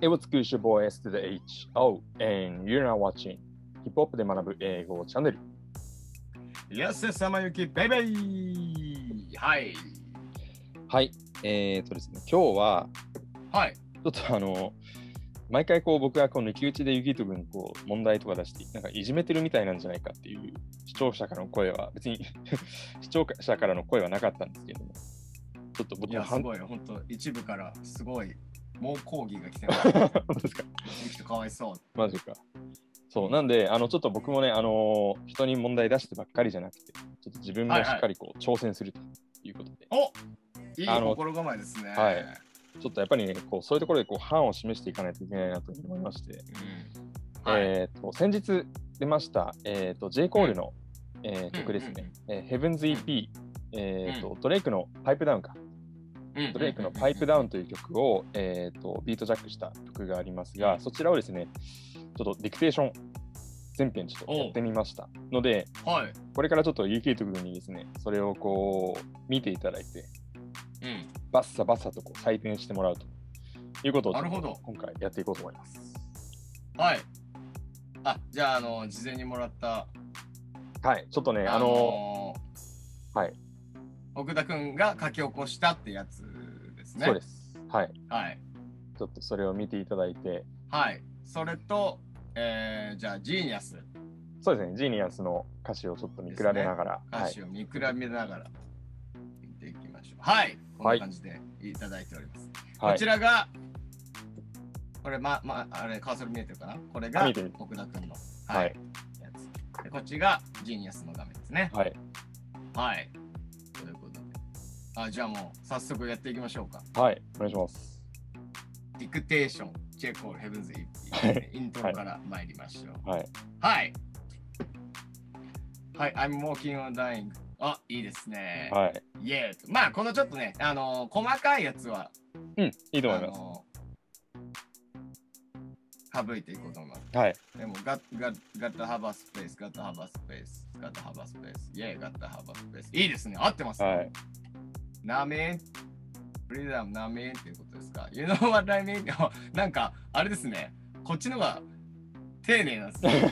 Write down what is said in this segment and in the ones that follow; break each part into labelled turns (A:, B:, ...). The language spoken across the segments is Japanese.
A: Hey, what's good? It's your boy S to the H. Oh, and you're now watching Hip Hop で学ぶ英語チャンネル。
B: 安さまゆきベイベイはい
A: はい、えーとですね、今日は
B: はい
A: ちょっとあの、毎回こう僕がこの抜き打ちでユキト君にこう問題とか出して、なんかいじめてるみたいなんじゃないかっていう視聴者からの声は、別に 視聴者からの声はなかったんですけども、ちょっと僕
B: い
A: も
B: やす
A: 反
B: ごい本当一部からすごい猛抗議が来てる
A: 本当ですか
B: ゆきとかわいそう
A: マジか。そう、なんで、あの、ちょっと僕もね、あのー人に問題出してばっかりじゃなくて、ちょっと自分もしっかりこう、挑戦するということで、
B: おいい
A: あの
B: 心構えですね
A: はいちょっとやっぱりね、こう、そういうところでこう、範を示していかないといけないなというふうに思いまして、
B: うんはい
A: えっ、と、先日出ました、えっ、と、J. コールの、えー曲ですね、えー、Heaven's EP、えっ、と、ドレイクのパイプダウンか、ドレイクのパイプダウンという曲を、えー、とビートジャックした曲がありますが、そちらをですね、ちょっとディクテーション全編ちょっとやってみましたので、
B: ウンはい
A: これからちょっと UK 特にですね、それをこう見ていただいて、
B: うん
A: バッサバッサとこう採点してもらうということをちょっと
B: なるほど
A: 今回やっていこうと思います。
B: はいあじゃああの事前にもらった
A: はい、ちょっとね、あの、
B: の
A: はい
B: 奥田くんが書き起こしたってやつですね
A: そうです。はい、
B: はい
A: ちょっとそれを見ていただいて、
B: はいそれとえーじゃあジーニアス
A: そうですね、ジーニアスの歌詞をちょっと見比べながら、
B: 歌
A: はい
B: 詞、を見比べながら見ていきましょう。はい、こんな感じでいただいております。
A: は
B: こち
A: い、
B: らが、これ、ま、ま、あれ、カーソル見えてるかなこれが
A: 見えてる
B: 奥田くんの、
A: は
B: はいい、やつ。でこっちがジーニアスの画面ですね。
A: はい、
B: はい。ということで。あじゃあもう早速やっていきましょうか。
A: はい、お願いします。
B: ディクテーション、チェコール、ヘブンズ・イ
A: は
B: ッイントロから参りましょう。
A: はい。
B: はい。はい、I'm walking on dying. あ、いいですね。
A: はい。
B: イエーイまあこのちょっとね、あのー細かいやつは、
A: うん、いいと思
B: あ
A: います。
B: のー省いていこうと思います。
A: はい。
B: でも、ガッガッガッタハバスペース、ガッタハバスペース、ガッタハバスペース、イェーイガッタハバスペース。いいですね、合ってます。
A: はい。
B: なめ、フリーダムなめっていうことですか。You know what I mean? なんか、あれですね、こっちのが丁寧なんで す ね。
A: い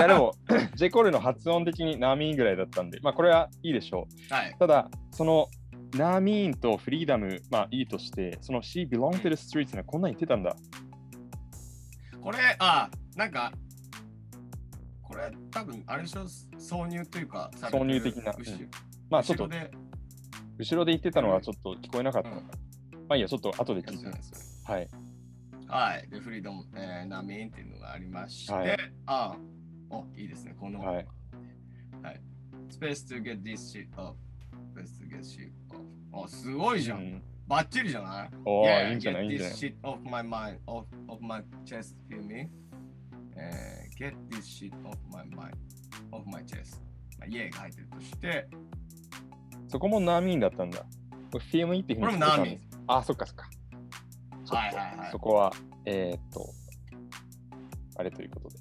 A: やでも、J. コールの発音的にナーミーンぐらいだったんで、まあこれはいいでしょ
B: はい。
A: う。ただ、そのナーミーンとフリーダム、まあいいとして、その She belong to the streets ね、こんなん言ってたんだ。
B: これ、あ、なんか、これ、多分あれでしょ、挿入というか、されてる
A: 挿入的な
B: 後
A: うんまあちょっ
B: 後
A: と
B: ろで、
A: 後ろで言ってたのはちょっと聞こえなかったのか。まあいいや、ちょっと後で
B: や
A: 聞
B: つ
A: い
B: じ
A: て
B: ゃ
A: み
B: ない
A: ま
B: ですか
A: す。はい。
B: はい。で、フリードム、えー、ナミンっていうのがありまして、
A: はい
B: ああ、お、いいですね、この。
A: はい。
B: はい、Space to get this shit off。Space to get shit off。あ、すごいじゃん。
A: うん
B: バッチリじゃない
A: おお、いいんじゃないい
B: get
A: いんじゃない
B: this shit off my mind, off of my chest, feel me?、えー、get this shit off my mind, off my chest. まあ、イエーが入ってるとして、
A: そこもナーミーンだったんだ。これ CME っていうふうに聞いてたんですあ、そっかそっか。
B: はいはいはい
A: そこは、えーっと、あれということで。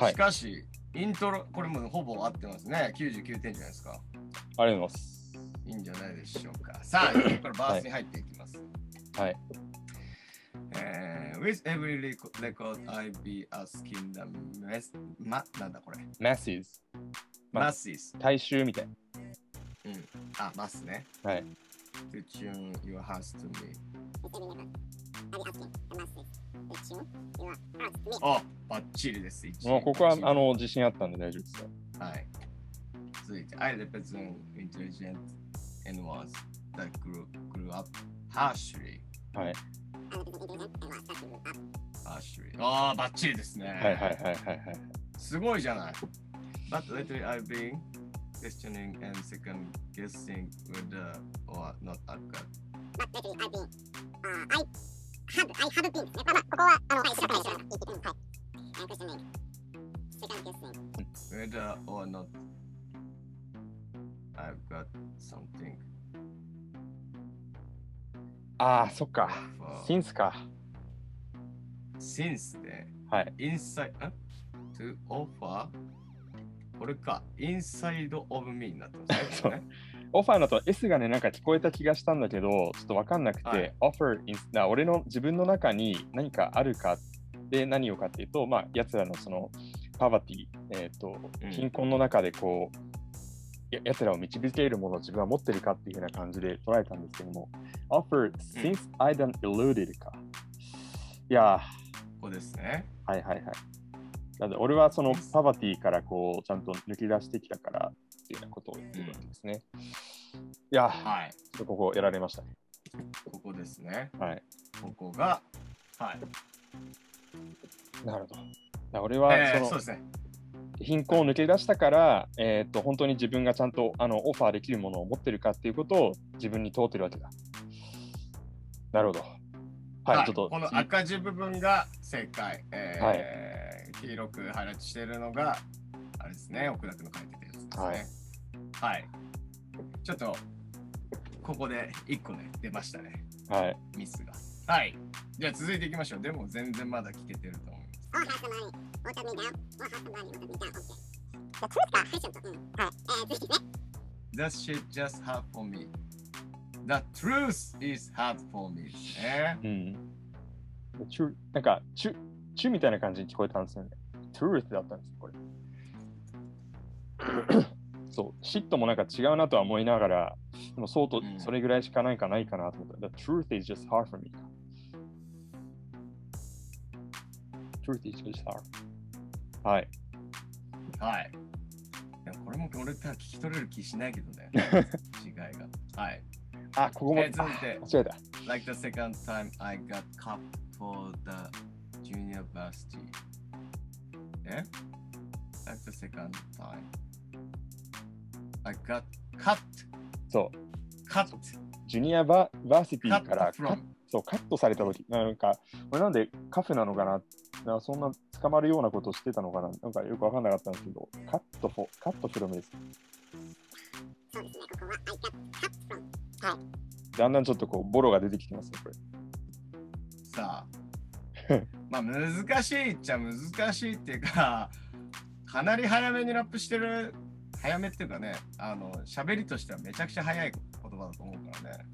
A: はい
B: し。かし、イントロ、これもうほぼ合ってますね。99点じゃないですか。
A: ありがとうございます。
B: いいんじゃないでしょうか。 さあ、ここからバースに入っていきます。
A: はい。
B: えー、with every reco- record I be asking the mess ま、なんだこれ。
A: Masses。ま
B: masses。
A: 大衆みたい
B: あ、ますね。
A: な。はい。
B: to tune your hearts to me。あ、バッチリです。一
A: もうここはあ
B: バッチリ
A: の自信あったんで大丈夫ですよ。
B: はい。続いて、I represent intelligent and was that grew, grew up harshly.
A: はい。
B: harshly. ああ、バッチリですね。
A: はいはいはいはいはい。
B: すごいじゃない。But lately I've been questioning and second guessing whether or not I've got. うん Whether or not I've got something
A: ああ、そっか。シ
B: for
A: ンスか。
B: since で
A: はい。
B: inside ん to offer これか inside of me になってますね
A: そう
B: これね
A: オファーのと S がね、なんか聞こえた気がしたんだけど、ちょっとわかんなくて、
B: はい
A: オファーインスな、俺の自分の中に何かあるかで何をかっていうと、まあ、やつらのその、パバティ、えっ、と
B: うん、
A: 貧困の中でこう、ややつらを導けるものを自分は持ってるかっていうふうな感じで捉えたんですけども、offer since I done eluded か。いや
B: ここですね。
A: ー、はいはいはい。なんで俺はそのパバティからこうちゃんと抜け出してきたからっていうようなことを言ってるわけですね。いやー、
B: はい。
A: ちょっとここやられましたね。
B: ここですね。
A: はい。
B: ここが。はい。
A: なるほど。いや俺は
B: えー
A: その
B: そうですね。
A: 貧困を抜け出したから、えーっと本当に自分がちゃんとあのオファーできるものを持ってるかっていうことを自分に問うてるわけだ。なるほど。はい、ちょっと
B: この
A: 次
B: 赤字部分が正解。えー
A: は
B: 黄色く配列しているのが、あれですね、奥田君の書いてたやつですね。はい。ちょっと、ここで1個ね、出ましたね、
A: はい、
B: ミスが。はい。じゃあ続いていきましょう。でも全然まだ聞けてると思います。
C: All has the money. All got me down. All has the money. All got me down. Okay. じゃあ、これですかはい、ちょっと。うん。はい。えー、続いてね。
B: That shit just hard for me. The truth is hard for me. ですね。
A: うん。チュなんかチュ、チュみたいな感じに聞こえたんですよね。トゥルースだったんですよ、これ。 そう、嫉妬もなんか違うなとは思いながら、でもそうと
B: うん
A: それぐらいしかないかないかなと思った。The truth is just hard for me. Truth is just hard. はい。
B: はい。でもこれも俺とは聞き取れる気しないけど ね。違いが。はい。
A: あ、ここも。
B: えー続いて
A: あ間違えた。
B: Like the second time I got cup for the junior varsity. え ?Like the second time I got cut,
A: そう。
B: cut,
A: ジュニアババーシティ
B: cut
A: からカ
B: from.
A: そうカットされた時なんか、俺なんでカフェなのかななそんな捕まるようなことしてたのかななんかよくわかんなかったんですけど、カットフォ、カットフロムです。
C: そうですね、ここは。I got cut from.
A: だんだんちょっとこう、ボロが出てきてますね、これ。
B: さあ。まあ難しいっちゃ難しいっていうか、かなり早めにラップしてる。早めっていうかね、あの、喋りとしてはめちゃくちゃ早い言葉だと思うからね。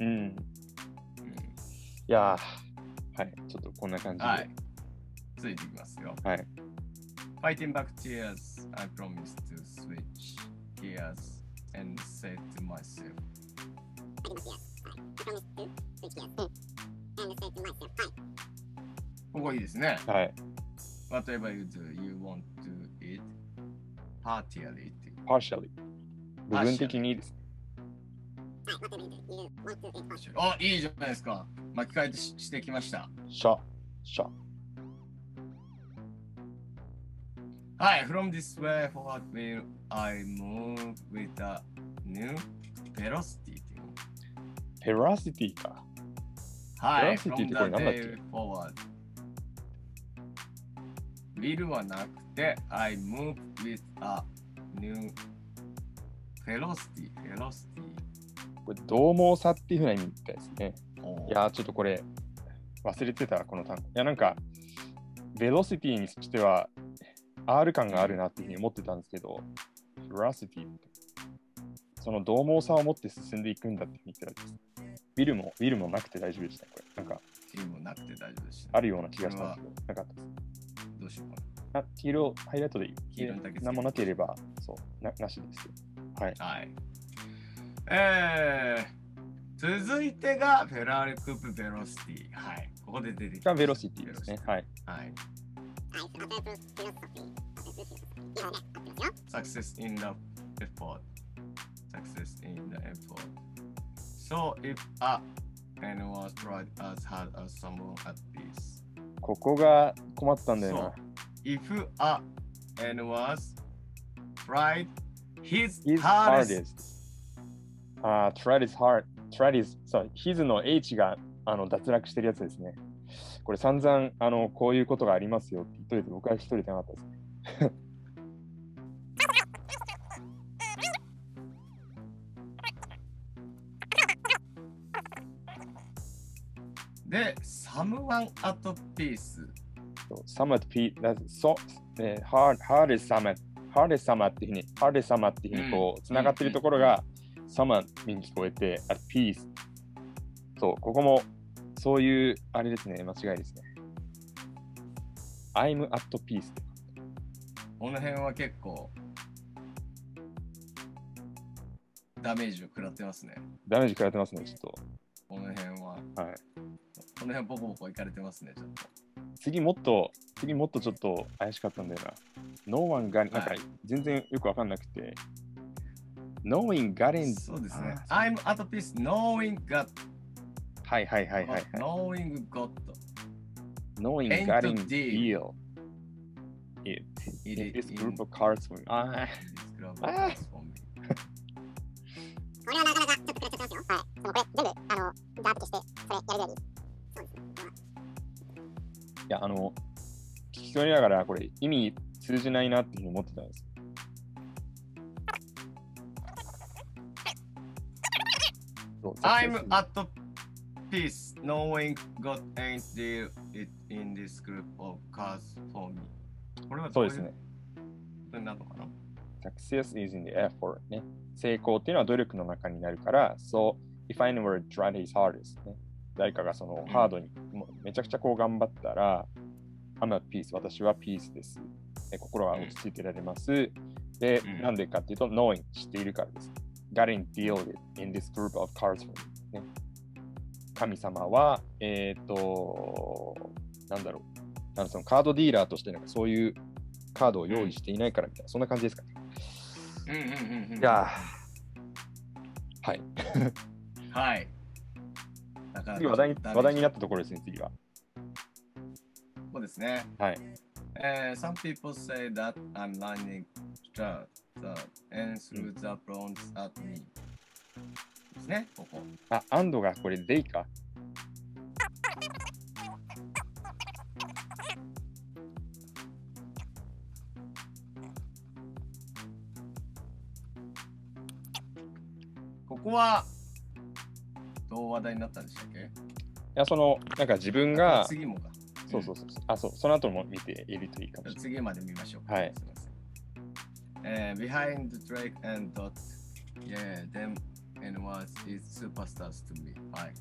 A: うん。
B: うん
A: いやー、はい、ちょっとこんな感じで。
B: はい。ついていきますよ。
A: はい。
B: Fighting back tears, I promise to switch gears and say to myself.
C: ありますよ。はい。I promise to switch gears. うん。And say to myself. はい。
B: ここいいですね。
A: はい。
B: Whatever you do, you want to eat partially. っていう
A: partially。部分的にです。
C: はい。What do you do? You want to eat first.
B: あ、いいじゃないですか。巻き替えてししてきました。
A: シャ、シャ。
B: はい。From this way forward will I move with a new velocity. っていうの
A: velocity か。
B: は
A: velocity っ
B: い。From
A: て
B: the
A: これなんだっけ
B: day forward. Will はなくて、I move with a new velocity. velocity.
A: これ、獰猛さっていうふうな意味みたいですね。
B: お
A: いやー、ちょっとこれ、忘れてた、この単語。いや、なんか、ベロシティにしては、R 感があるなっていうふうに思ってたんですけど、ベロシティその獰猛さを持って進んでいくんだって言ってたんです。ビルも、ビルもなくて大丈夫でしたね、これ。なんか、
B: ームなくて大丈夫でした、
A: あるような気がしたんですけど、なかったです。
B: どうしようか
A: あ、黄色、ハイライトでいい。
B: 黄色だけつけて
A: 何もなければ、そう、ななしですよ。はい。
B: な。はい。えー、続いてがフェラーリクープベロシティ。はい。ここで出てき
A: が
B: た。
A: ベロシティですね。はい。
B: はい。
C: I approve philosophy. I approve philosophy. 今ね、合ってますよ。
B: success in the effort. Success in the effort. So if a anyone tried as hard as someone at this,
A: ここが困ったんだよな。
B: if a anyone tried his
A: His
B: hardest,
A: hardest. ああ、tried is hard. tried is, そう、his の h があの脱落してるやつですね。これ散々、あの、こういうことがありますよって言っといて、僕は一人でなかったです。
B: で someone at peace
A: そう summit P、だそう、えー、hard, hardest summit, hardest summit っていうふうに、hardest summit っていうふうにこう、つながってるところが、サマに聞こえて、あとピース。そう、ここも、そういう、あれですね、間違いですね。I'm at peace。
B: この辺は結構、ダメージを食らってますね。
A: ダメージ食らってますね、ちょっと。
B: この辺は。
A: はい。
B: この辺ボコボコいかれてますね、ちょっと。
A: 次もっと、次もっとちょっと怪しかったんだよな。No one got, なんか
B: はい
A: 全然よくわかんなくて。Knowing got in.
B: そうですね。
A: あ
B: I'm at peace knowing God.
A: はいはいはいはい、はい。
B: knowing God.
A: Knowing
B: Paint
A: got in
B: the
A: deal. It,
B: It
A: in
B: is
A: this
B: in
A: group of cards. we- あ
B: this global
A: あ
B: transforming.
C: これはなかなかちょっとくらっちゃってますよ。はい。でもこれ全部、あの、ダーッとして、それやるより。
A: ーいや、あの、聞き取りながら、これ意味通じないなっていうふうに思ってたんです。そうそうそう
B: I'm at peace knowing God ain't deal it in this group of cards for me. これは
A: そうですね。。
B: なのかな
A: Success is in the effort ね。成功っていうのは努力の中になるから、So, if anyone were trying his hardest ね。誰かがその
B: ん
A: ハードに、もうめちゃくちゃこう頑張ったら、I'm at peace 私はピースです。え心が落ち着いてられます。で
B: う、ん
A: なんでかっていうと、knowing 知っているからです。Getting deal with in this group of cards for me ね。神様は、えっ、と、なんだろう。なんかそのカードディーラーとしてなんかそういうカードを用意していないからみたいな、そんな感じですかね。
B: うんうんうんうん。
A: いやーはい。
B: はい。だから
A: 次話題に話題にな
B: な
A: ったところですね、次は。
B: そうですね。
A: はい。
B: Uh, some people say that I'm lying straight and through the bronze at me. ですね、ここ。
A: あ、アンドがこれ、デイか。
B: ここは、どう話題になったんでしたっけ
A: いや、その、なんか自分が、
B: 次もか。
A: そうそうそう。あ、そう、その後も見ているといいかもしれない。
B: 次まで見ましょうか。
A: はい
B: すみません。えー Behind Drake and Dot, yeah, them and was is superstars to me. はい。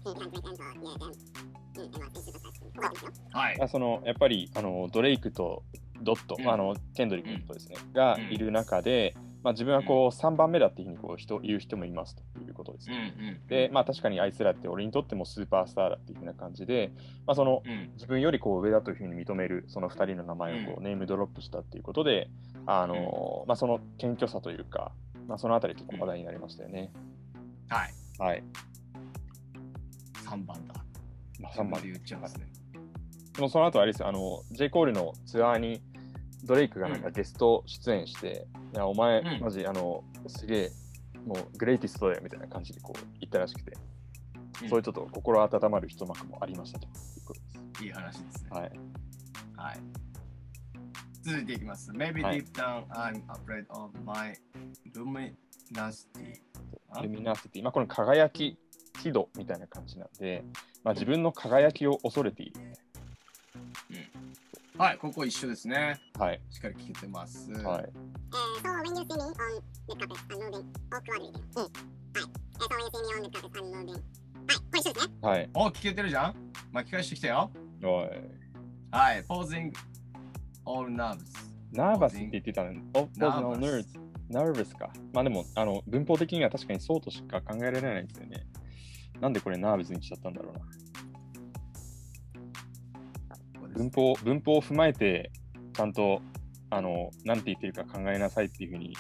B: はい。
A: あそのやっぱりあのドレイクとドット、
B: うん
A: あのケンドリックとですね、がいる中で、まあ、自分はこう3番目だっていうふうにこう人言う人もいますということです
B: うん
A: ね。
B: うん。
A: で、まあ、確かにあいつらって俺にとってもスーパースターだっていうふうな感じで、まあ、その
B: うん、
A: 自分よりこう上だというふうに認めるその2人の名前をこ
B: う
A: うネームドロップしたっていうことで、あのまあ、その謙虚さというか、まあ、そのあたり結構話題になりましたよね。
B: はい。
A: はい。
B: 3番だ。
A: まあ、3番
B: で言っちゃうんですね。
A: でもその後あれですよ、あの、J. コールのツアーにドレイクがなんか
B: うん
A: ゲスト出演して、いや、お前、
B: うん
A: マジ、あの、すげえ、もうグレイティストだよみたいな感じでこう言ったらしくて、
B: うん
A: そういうちょっと心温まる一幕もありましたということです。
B: いい話ですね。
A: はい。
B: はい。続いていきます。Maybe
A: はい
B: deep down I'm afraid of my luminosity. あ
A: ルミナーシティ、まあこの輝き、輝度みたいな感じなんで、まあ自分の輝きを恐れている。
B: はい、ここ一緒ですね。
A: はい。
B: しっかり聞けてます。
A: はい。はい。
B: お、聞けてるじゃん巻き返してきたよ。
A: おい。
B: はい、posing all nerves。
A: ナーバスって言ってたのに、オッポーズのヌーズ。ナーバスか。まあでも、あの、文法的には確かにそうとしか考えられないですよね。なんでこれナーバスにしちゃったんだろうな。
B: ここです
A: 文法、文法を踏まえて、ちゃんと、あの、なんて言ってるか考えなさいっていうふうに、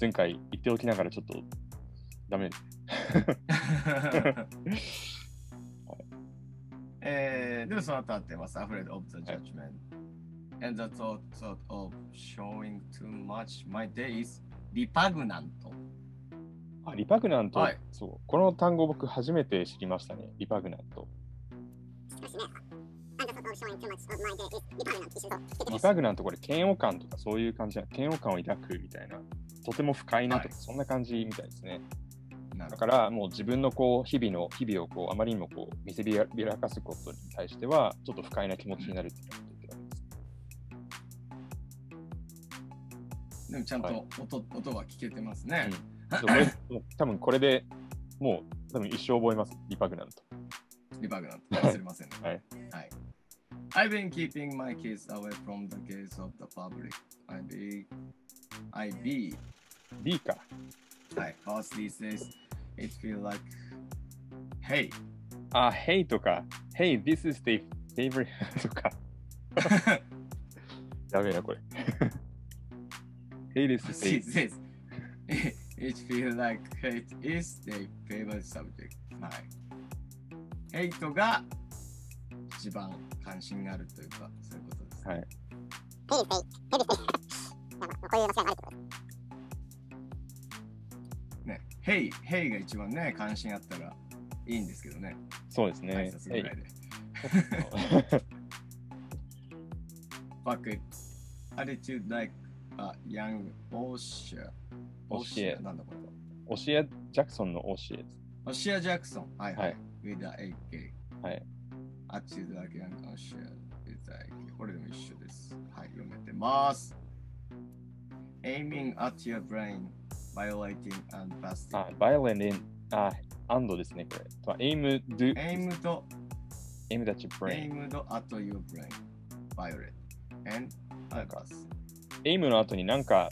A: 前回言っておきながらちょっと、ダメです。
B: えー、でもその後合ってます。Afraid of the judgment. And the thought, thought of showing too much my days repugnant.
A: あ、リパグナント、
B: はい
A: そう。この単語僕初めて知りましたね。リパグナント。リパグナントこれ、嫌悪感とかそういう感じな嫌悪感を抱くみたいな。とても不快なとか、
B: は
A: そんな感じみたいですね。
B: な
A: だ
B: る
A: か
B: ほど
A: らもう自分のこう日々の日々をこうあまりにもこう見せびらかすことに対してはちょっと不快な気持ちになるっていうこと言ってたんです。
B: でもちゃん
A: は
B: と音,、音は聞けてますね。
A: そうこれもう多分これでもう多分一生覚えます、リパグナント。
B: リバーグなんて忘れませんね。
A: はい。
B: はい。I've been keeping my kids away from the gaze of the public. I be, I be,
A: B か。
B: はい。Cause these days it feel like, hey,
A: あ、Hey とか、Hey, this is the favorite とか。やべえな、これ。hey, this is the
B: these days it feel like hate is their favorite subject. はい。hate が一番関心があるというか、そういうことです。
A: はい
C: ヘイヘイ、ヘイヘイ。まあまあこういう間違いがあるってことで
B: ね、Hey, Hey が一番ね、関心あったらいいんですけどね、
A: そうです
B: 挨
A: ね。
B: 拶ぐらいで。
A: Hey
B: ク Attitude like a young Osher.
A: オシエ
B: なんだこれ
A: オシエ・ジャクソンのオシエで
B: オシア・ジャクソン。はい
A: す。は
B: はい
A: い。。
B: With the AK。
A: はい。
B: Attitude like a young Osher. With the AK。これでも一緒です。はい、読めてます。Aiming at your brain, violating and busting.
A: あ、バイオレンデン、あ、アンドですね、これ。とは、エイム・ドゥ、
B: Aim と
A: エイム・ダッチ・ブレイン。
B: aimed at your brain, violet, and others.
A: エイムの後になんか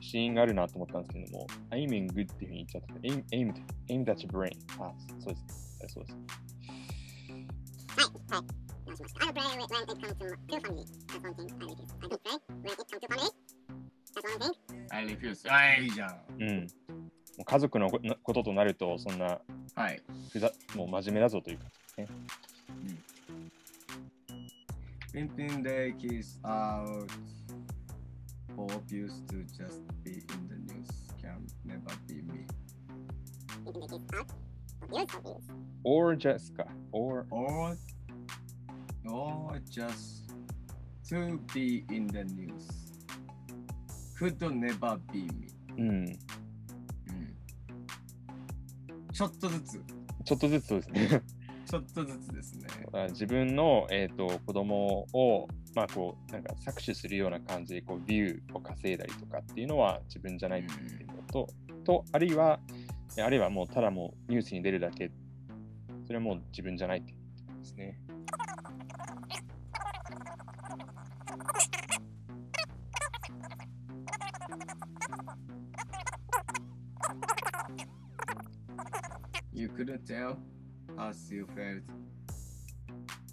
A: シーンがあるなと思ったんですけども、エイミングっていうふうに言っちゃって、エイム、エイム、エイム・ダッチ・ブレイン。あ、そうです。あそうです。
C: す。はい、はい。直しました I play when it comes to to family. That's one thing I refuse. I
B: I refuse. は
C: don't play when it comes to family. That's one thing.
B: い、いいじゃん。
A: うん。もう家族のこなこととなると、そんな
B: はい。
A: ふざ、もう真面目だぞというか。
B: Pimping their kids out for abuse to just be in the news can never be me.
C: You can take it out. Confuse, confuse.
A: or just か。or
B: Or, or just to be in the news could never be me.
A: うん。
B: ちょっとずつ、
A: ちょっとずつそうですね。
B: ちょっとずつですね。
A: だから自分の、えー、と子供をまあこうなんか搾取するような感じでこうビューを稼いだりとかっていうのは自分じゃないっていうこととあるいはえあるいはもうただもうニュースに出るだけそれはもう自分じゃないっていうことですね。
B: You couldn't tell us you felt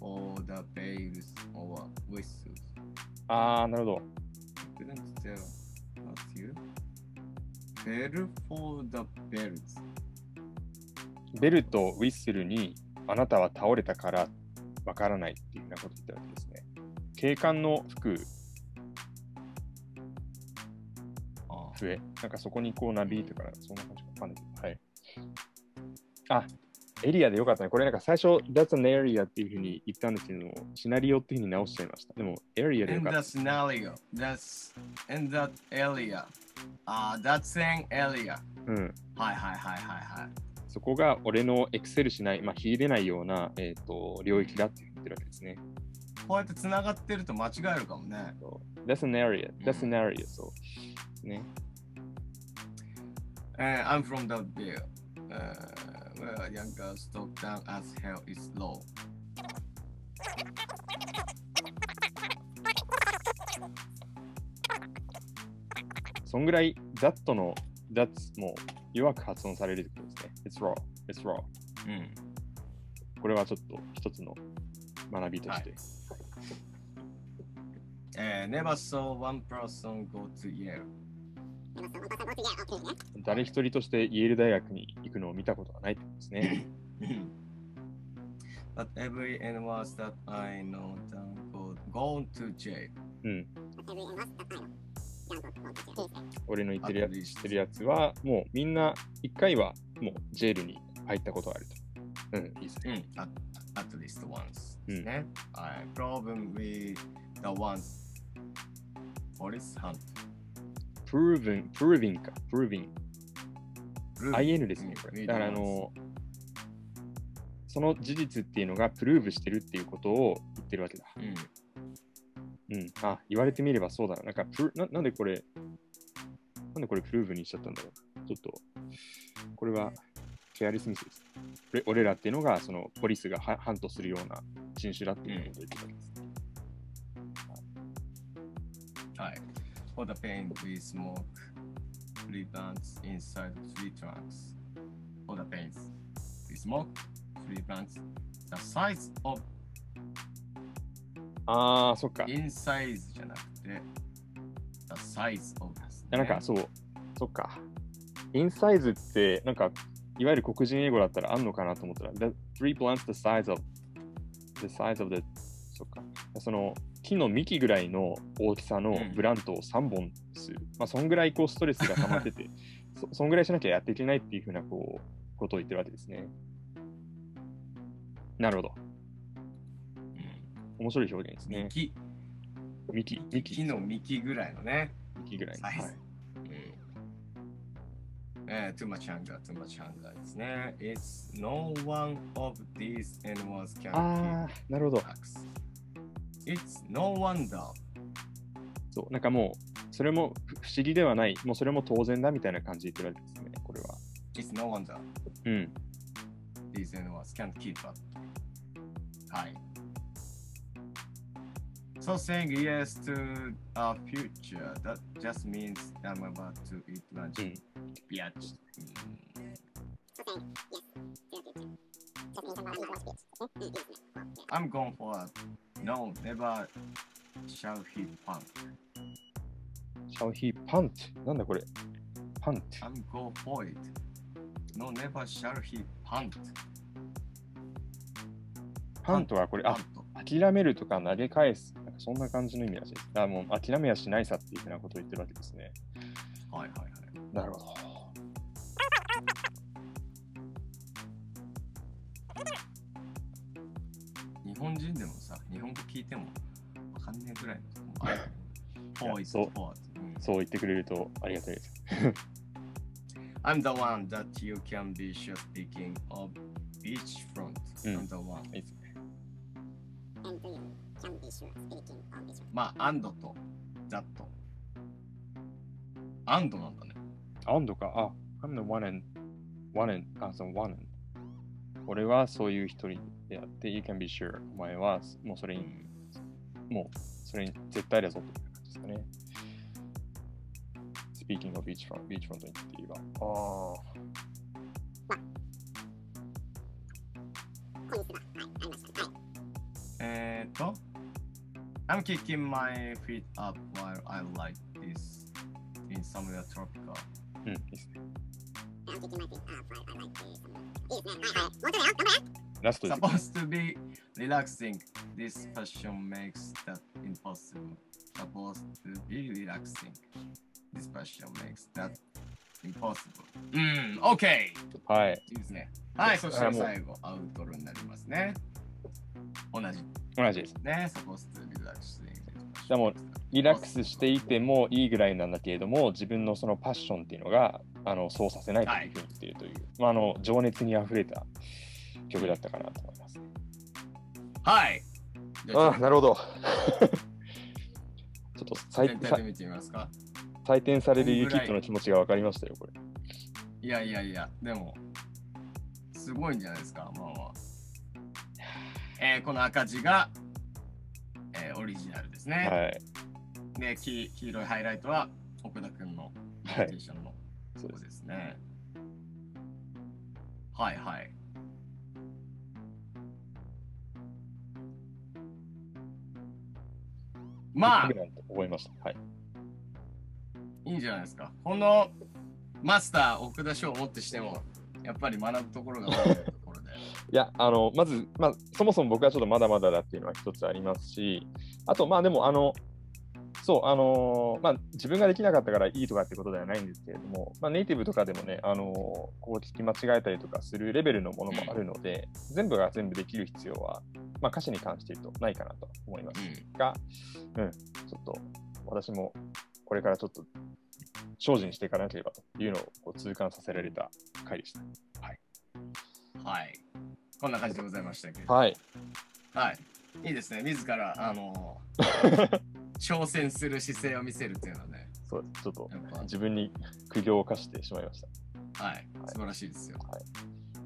B: or the bells or whistles.
A: ああなるほど。
B: You couldn't tell us you fell for the bells.
A: ベルとウィッスルにあなたは倒れたからわからないっていうようなこと言ったわけですね。警官の服
B: あ
A: 笛なんかそこにこうなびいてから、そんな感じかわかんないけど。はい。あ、エリアでよかったね。これなんか最初、That's an area っていうふうに言ったんですけども、シナリオっていうふうに直しちゃいました。でも、エリアでよ
B: In
A: か
B: the
A: っ
B: scenario, that's in that area. ああ、that's an area.
A: た。うん。
B: はいはいはいはいはい。
A: そこが俺のエクセルしない、まあ、秀でないような、えっと領域だって言ってるわけですね。
B: こうやってつながってると間違えるかもね。
A: そう That's an area,
B: ん
A: that's an area, そう。ね。
B: Uh, I'm from the bill. Uh, where young girls talk down as hell is low.
A: そんぐらい、that の that's も弱く発音されるってことですね。It's raw, it's raw.
B: うん。
A: これはちょっと一つの学びとして。
B: えー、Never Eh, saw one person go to Yale.
C: Never saw one person go to jail. Okay, yeah.
A: 誰一人としてイェール大学に行くのを見たことがないってことですね。
B: But every anyone that I know done go gone to jail.
A: うん。
C: But everyone was the final. Jungle, go to jail.
A: 俺の言ってるやつ
B: At least
A: 知ってるやつは、もうみんな一回はもうジェールに入ったことがあると。うん、いいです
B: う
A: ね。
B: ん。At, Hmm, at least once.
A: うん
B: ね。はい。Problem with the ones. Police hunt.
A: proven, proving か。proving。IN ですね、こ
B: う
A: れ。
B: ん
A: だからあの、その事実っていうのがプルーブしてるっていうことを言ってるわけだ。
B: う
A: う
B: ん。
A: ん。あ、言われてみればそうだな。なんかプルな、なんでこれ、なんでこれプルーブにしちゃったんだろう。ちょっとこれはケアリスミスです。俺俺らっていうのが、そのポリスがはハントするような人種だっていうことを言ってたんです。
B: はい。For the pain, we smoke three plants inside three trunks. For the pain, we smoke three plants the size of
A: ああ、そっか。
B: inside じゃなくて the size of ですね、
A: いやなんかそう、そっか。インサイズって、なんか、いわゆる黒人英語だったらあんのかなと思ったら、the three plants the size of the size of the そっか。その木の幹ぐらいの大きさの
B: うん
A: ブラントを3本する。まあ、そんぐらいこうストレスが溜まって て、そそんぐらいしなきゃやっていけないっていうふうなこうことを言ってるわけですね。なるほど。面白い表現ですね。
B: 幹
A: 幹、幹、
B: 木の幹ぐらいのね。
A: 幹ぐらいの。
B: サイズ
A: はい
B: えー、too much hunger, too much hunger ですね。It's no one of these animals can
A: ああ
B: keep、
A: なるほど。
B: tracks. It's no wonder.
A: そう、なんかもう、それも不不思議ではない、もうそれも当然だみたいな感じで言ってるわけですね、これは。
B: It's no wonder
A: うん。
B: these animals can't keep up. はい。So saying yes to our future, that just means I'm about to eat lunch.
A: うん
B: Biatch. I'm going for a no, never shall he punk.
A: シャウヒーパンチ。なんだこれパンチ。
B: I'm go for it. No, never shall he punt.
A: パンとはこれ、あ、諦めるとか投げ返す。なんかそんな感じの意味らしいです。あもう諦めやしないさっていうふうなことを言ってるわけですね。
B: はいはいはい。
A: なるほど。
B: 日本人でもさ、日本語聞いてもわかんない ぐらいの。
A: いやそう
B: Point, point. うん
A: そう言ってくれるとありがたいです。
B: I'm the one that you can be sure speaking of beachfront.
A: うん
B: I'm the one.
A: いいですね。
B: まあ、and と that と。and なんだね。
A: アンドか、あ、I'm the one and, one and, あ、その one and. 俺はそういう一人であって、You can be sure. お前はもうそれに、もうそれに絶対だぞっていう感じですかね。Speaking of beachfront, beachfront について言えば。ああ。
B: えーと。I'm kicking my feet up while I like this in somewhere tropical.
A: うん、いいですね。ラストです。
B: supposed to be relaxing. This passion makes that impossible. Supposed to be relaxing. This passion makes that impossible. Hmm, うん、OK!
A: はい。
B: いいですね。はい、そして
A: あもう
B: 最後、アウトロになりますね。同じ
A: 同じです。
B: ね。supposed to be relaxing.
A: でもリラックスしていてもいいぐらいなんだけれども、自分のそのパッションっていうのが、あのそうさせないというふうに言っているという、まあ、あの情熱にあふれた曲だったかなと思います。
B: はい。じゃあ、
A: なるほど。ちょっと採
B: 全体で見てみますか
A: 採点されるユキッドの気持ちが分かりましたよ、これ。
B: いやいやいや、でも、すごいんじゃないですか、まあまあ。えーこの赤字が、えーオリジナルですね。
A: はい。
B: で黄、黄色いハイライトは奥田君の
A: はい
B: T シャツの
A: そう
B: こ
A: です。
B: ですね。はいはい。
A: い
B: まあ
A: い、ぐらいだと思いました。はい。
B: いいんじゃないですか。このマスター奥田賞をもってしても、やっぱり学ぶところが多いとこ ろで。
A: いや、あの、まず、まあ、そもそも僕はちょっとまだまだだっていうのは一つありますし、あと、まあでも、あの、そう、あのまあ、自分ができなかったからいいとかってことではないんですけれども、まあ、ネイティブとかでもね、あのこう聞き間違えたりとかするレベルのものもあるので、全部が全部できる必要は、まあ、歌詞に関して言うとないかなと思いますが、うん、ちょっと私もこれからちょっと精進していかなければというのをこう痛感させられた回でし
B: はい。こんな感じでございましたけ
A: た。
B: ど。
A: はい。
B: はい。いいですね。自ら、あの、 挑戦する姿勢を見せるっていうのはね、
A: そうです。ちょっと
B: やっぱ
A: 自分に苦行を課してしまいました。
B: はい、素晴らしいですよ。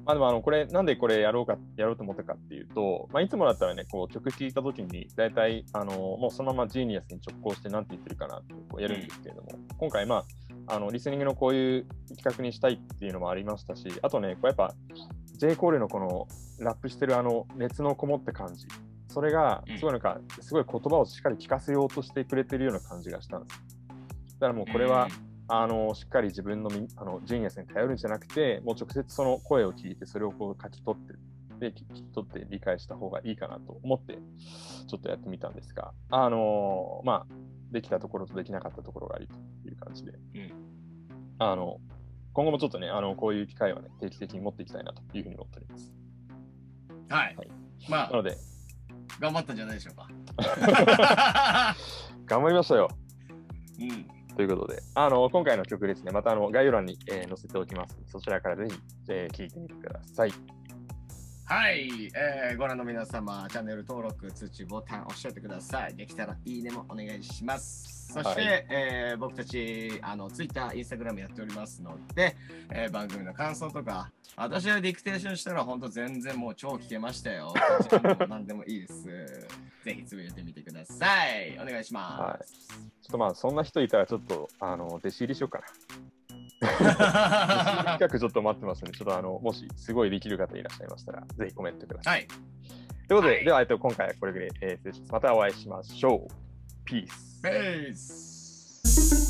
A: まあでもあのこれなんでこれやろうかやろうと思ったかっていうと、まあ、いつもだったらねこう曲聴いた時に大体あのもうそのままジーニアスに直行して何て言ってるかなってこうやるんですけれども、今回まああのリスニングのこういう企画にしたいっていうのもありましたしあとねこうやっぱ J コールのこのラップしてるあの熱のこもった感じそれが
B: うん
A: すごいなんか、すごい言葉をしっかり聞かせようとしてくれてるような感じがしたんですだからもうこれは、あのしっかり自分のみあのジーニアスに頼るんじゃなくて、もう直接その声を聞いて、それをこう書き取って、で聞き取って理解した方がいいかなと思って、ちょっとやってみたんですが、あのまあ、できたところとできなかったところがありという感じで、
B: ん
A: あの今後もちょっとね、あのこういう機会は、ね、定期的に持っていきたいなというふうに思っております。
B: うんはい
A: はい。
B: ま
A: な
B: あ
A: の、で、
B: 頑張ったんじゃないでしょ うか。
A: 頑張りましたよ
B: うん。
A: ということで、あの今回の曲ですね、またあの概要欄に、えー載せておきます。そちらからぜひ、えー聞いてみてください。
B: はい、えーご覧の皆様、チャンネル登録、通知ボタン押しちゃってください。できたらいいねもお願いします。そして、
A: は
B: えー僕たち、あの、ツイッター、インスタグラムやっておりますので、えー番組の感想とか、私はディクテーションしたら本当全然もう超聞けましたよ。こちらも何でもいいです。ぜひつぶやいてみてください。お願いしま
A: はい。ちょっとまあ、そんな人いたら、ちょっと、あの、弟子入りしよう か
B: す。
A: な。弟子入り
B: は
A: 企画ちょっと待ってますんで、ちょっとあの、もし、すごいできる方いらっしゃいましたら、ぜひコメントください。
B: い。
A: ということで、
B: はい
A: では、えっと、今回はこれぐらい、えー失礼します。またお会いしましょう。ピース。
B: Peace.